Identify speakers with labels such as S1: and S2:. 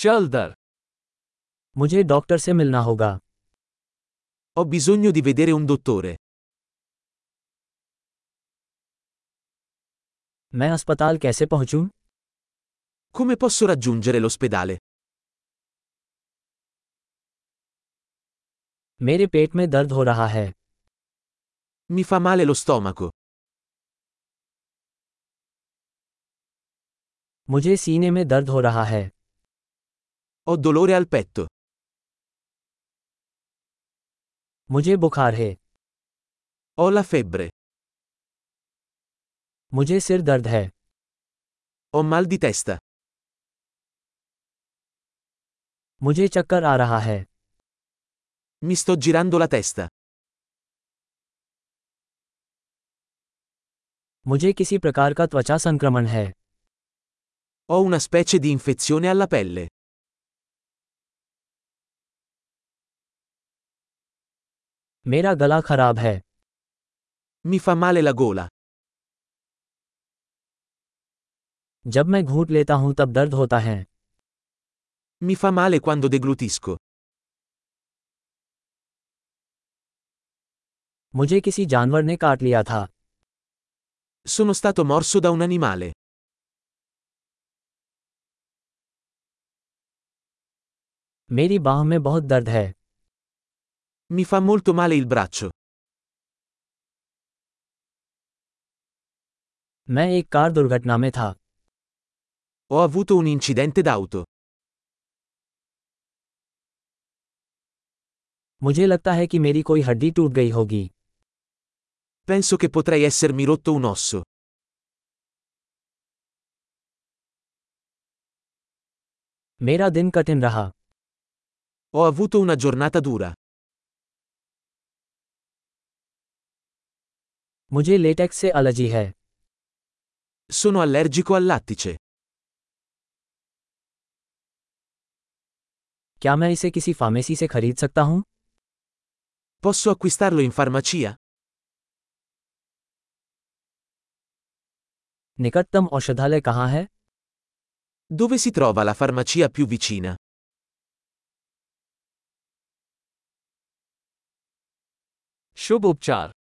S1: C'è Dar.
S2: मुझे doctor से मिलना होगा
S1: Ho bisogno di vedere un dottore.
S2: मैं अस्पताल कैसे पहुंचूं?
S1: Come posso raggiungere l'ospedale?
S2: मेरे पेट में दर्द हो रहा है
S1: Mi fa male lo stomaco.
S2: मुझे सीने में दर्द हो रहा है
S1: Ho dolore al petto.
S2: मुझे बुखार है
S1: Ho la febbre.
S2: मुझे सिर दर्द है
S1: Ho mal di testa.
S2: मुझे चक्कर आ रहा है
S1: Mi sto girando la testa.
S2: मुझे किसी प्रकार का त्वचा संक्रमण है
S1: Ho una specie di infezione alla pelle.
S2: मेरा गला खराब है
S1: Mi fa male la gola.
S2: जब मैं घूंट लेता हूं तब दर्द होता है
S1: Mi fa male quando deglutisco.
S2: मुझे किसी जानवर ने काट लिया था
S1: Sono stato morso da un animale.
S2: मेरी बाह में बहुत दर्द है
S1: Mi fa molto male il braccio.
S2: मैं एक कार दुर्घटना में था
S1: Ho avuto un incidente d'auto.
S2: मुझे लगता है कि मेरी कोई हड्डी टूट गई होगी
S1: Penso che potrei essermi rotto un osso.
S2: मेरा दिन कठिन रहा
S1: Ho avuto una giornata dura.
S2: मुझे लेटेक्स से एलर्जी है
S1: Sono allergico al lattice.
S2: क्या मैं इसे किसी फार्मेसी से खरीद सकता हूँ
S1: Posso acquistarlo in farmacia?
S2: निकटतम औषधालय कहाँ है
S1: Dove si trova la farmacia più vicina?
S2: शुभ उपचार